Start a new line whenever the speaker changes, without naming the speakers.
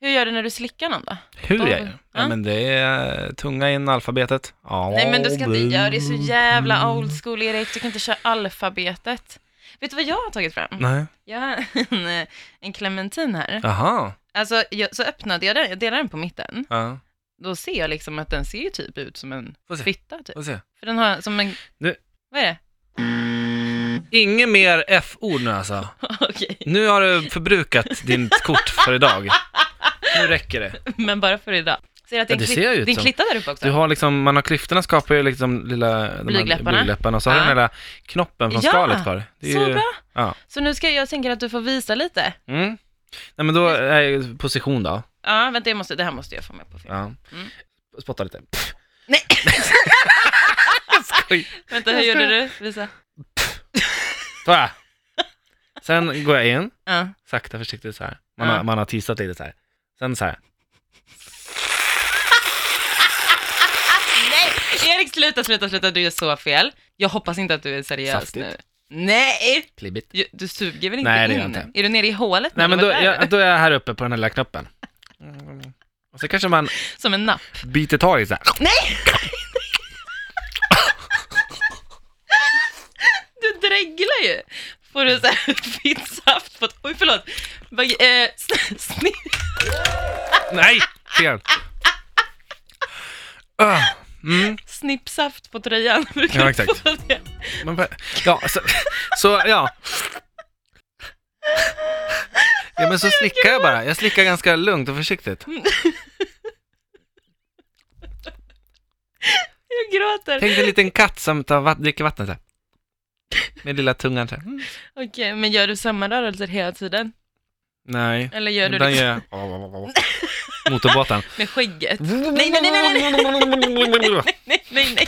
Hur gör du när du slickar någon då?
Hur jag
Ja.
gör? Ja, men det är eh, tunga in alfabetet. Ja,
Nej men du ska inte
det-
göra det är så jävla
mm.
old school Erik, du kan inte köra alfabetet. Vet du vad jag har tagit fram?
Mm. Nej,
Jag har en, eh, en clementin här.
aha.
Alltså jag, så öppnade jag den, jag delade den på mitten.
Ja.
Då ser jag liksom att den ser ju typ ut som en
Får se.
fitta typ.
Får se.
För den har som en...
Nu-
Vad är det?
Inget mer F-ord nu alltså.
Okej,
Nu har du förbrukat ditt kort för idag. Nu räcker det.
men bara för idag. Ser du att
Ja,
den,
det
klipp-
ser jag ut
den
som.
klitta där uppe också?
Du har liksom, man har klyftorna skapar ju liksom lilla de här
Blygdläpparna.
blygdläpparna och så har du
Ja.
den lilla knoppen från
Ja,
skalet kvar. Det är
så
ju-
bra.
Ja.
Så nu ska jag tänka att du får visa lite.
Mm. Nej men då är ju position då.
Ja, vänta, jag måste, det här måste jag få med på film.
Ja. Spotta lite. Pff,
Mm. Nej!
skoj.
vänta, hur gjorde du? Visa.
Så här. Sen går jag in,
Ja.
sakta försiktigt så här. Man,
Ja.
har, man har tissat lite så här. Sen så här.
Nej! Erik, sluta, sluta, sluta, du gör så fel. Jag hoppas inte att du är seriös
Saftigt.
nu. Nej!
Klibbigt.
Du, du suger väl inte
Nej, det
in?
gör jag
Är du nere i hålet nu?
Nej men då,
Vad är det?
jag, då är jag här uppe på den här lilla knoppen. Mm. Och så kanske man
Som en napp.
biter tag i så här.
Du dreglar ju. Får du så här fittsaft på... Oj, förlåt. Vad- eh, sn- sn-
Nej! Fel. Ah, Mm.
Snippsaft på tröjan. Brukar
Ja,
du
exakt.
få det?
Men, vad- ja, så, så ja. Ja men så slickar jag bara. Jag slickar ganska lugnt och försiktigt.
Jag gråter.
Tänk dig en liten katt som tar vatt, dricker vatten så här. Med lilla tungan så här. Mm.
Okej, men gör du samma rörelser hela tiden?
Nej.
Eller gör du
Ibland
liksom
gör jag motorbåten.
med skägget? Nej, nej, nej, nej, nej, nej, nej, nej.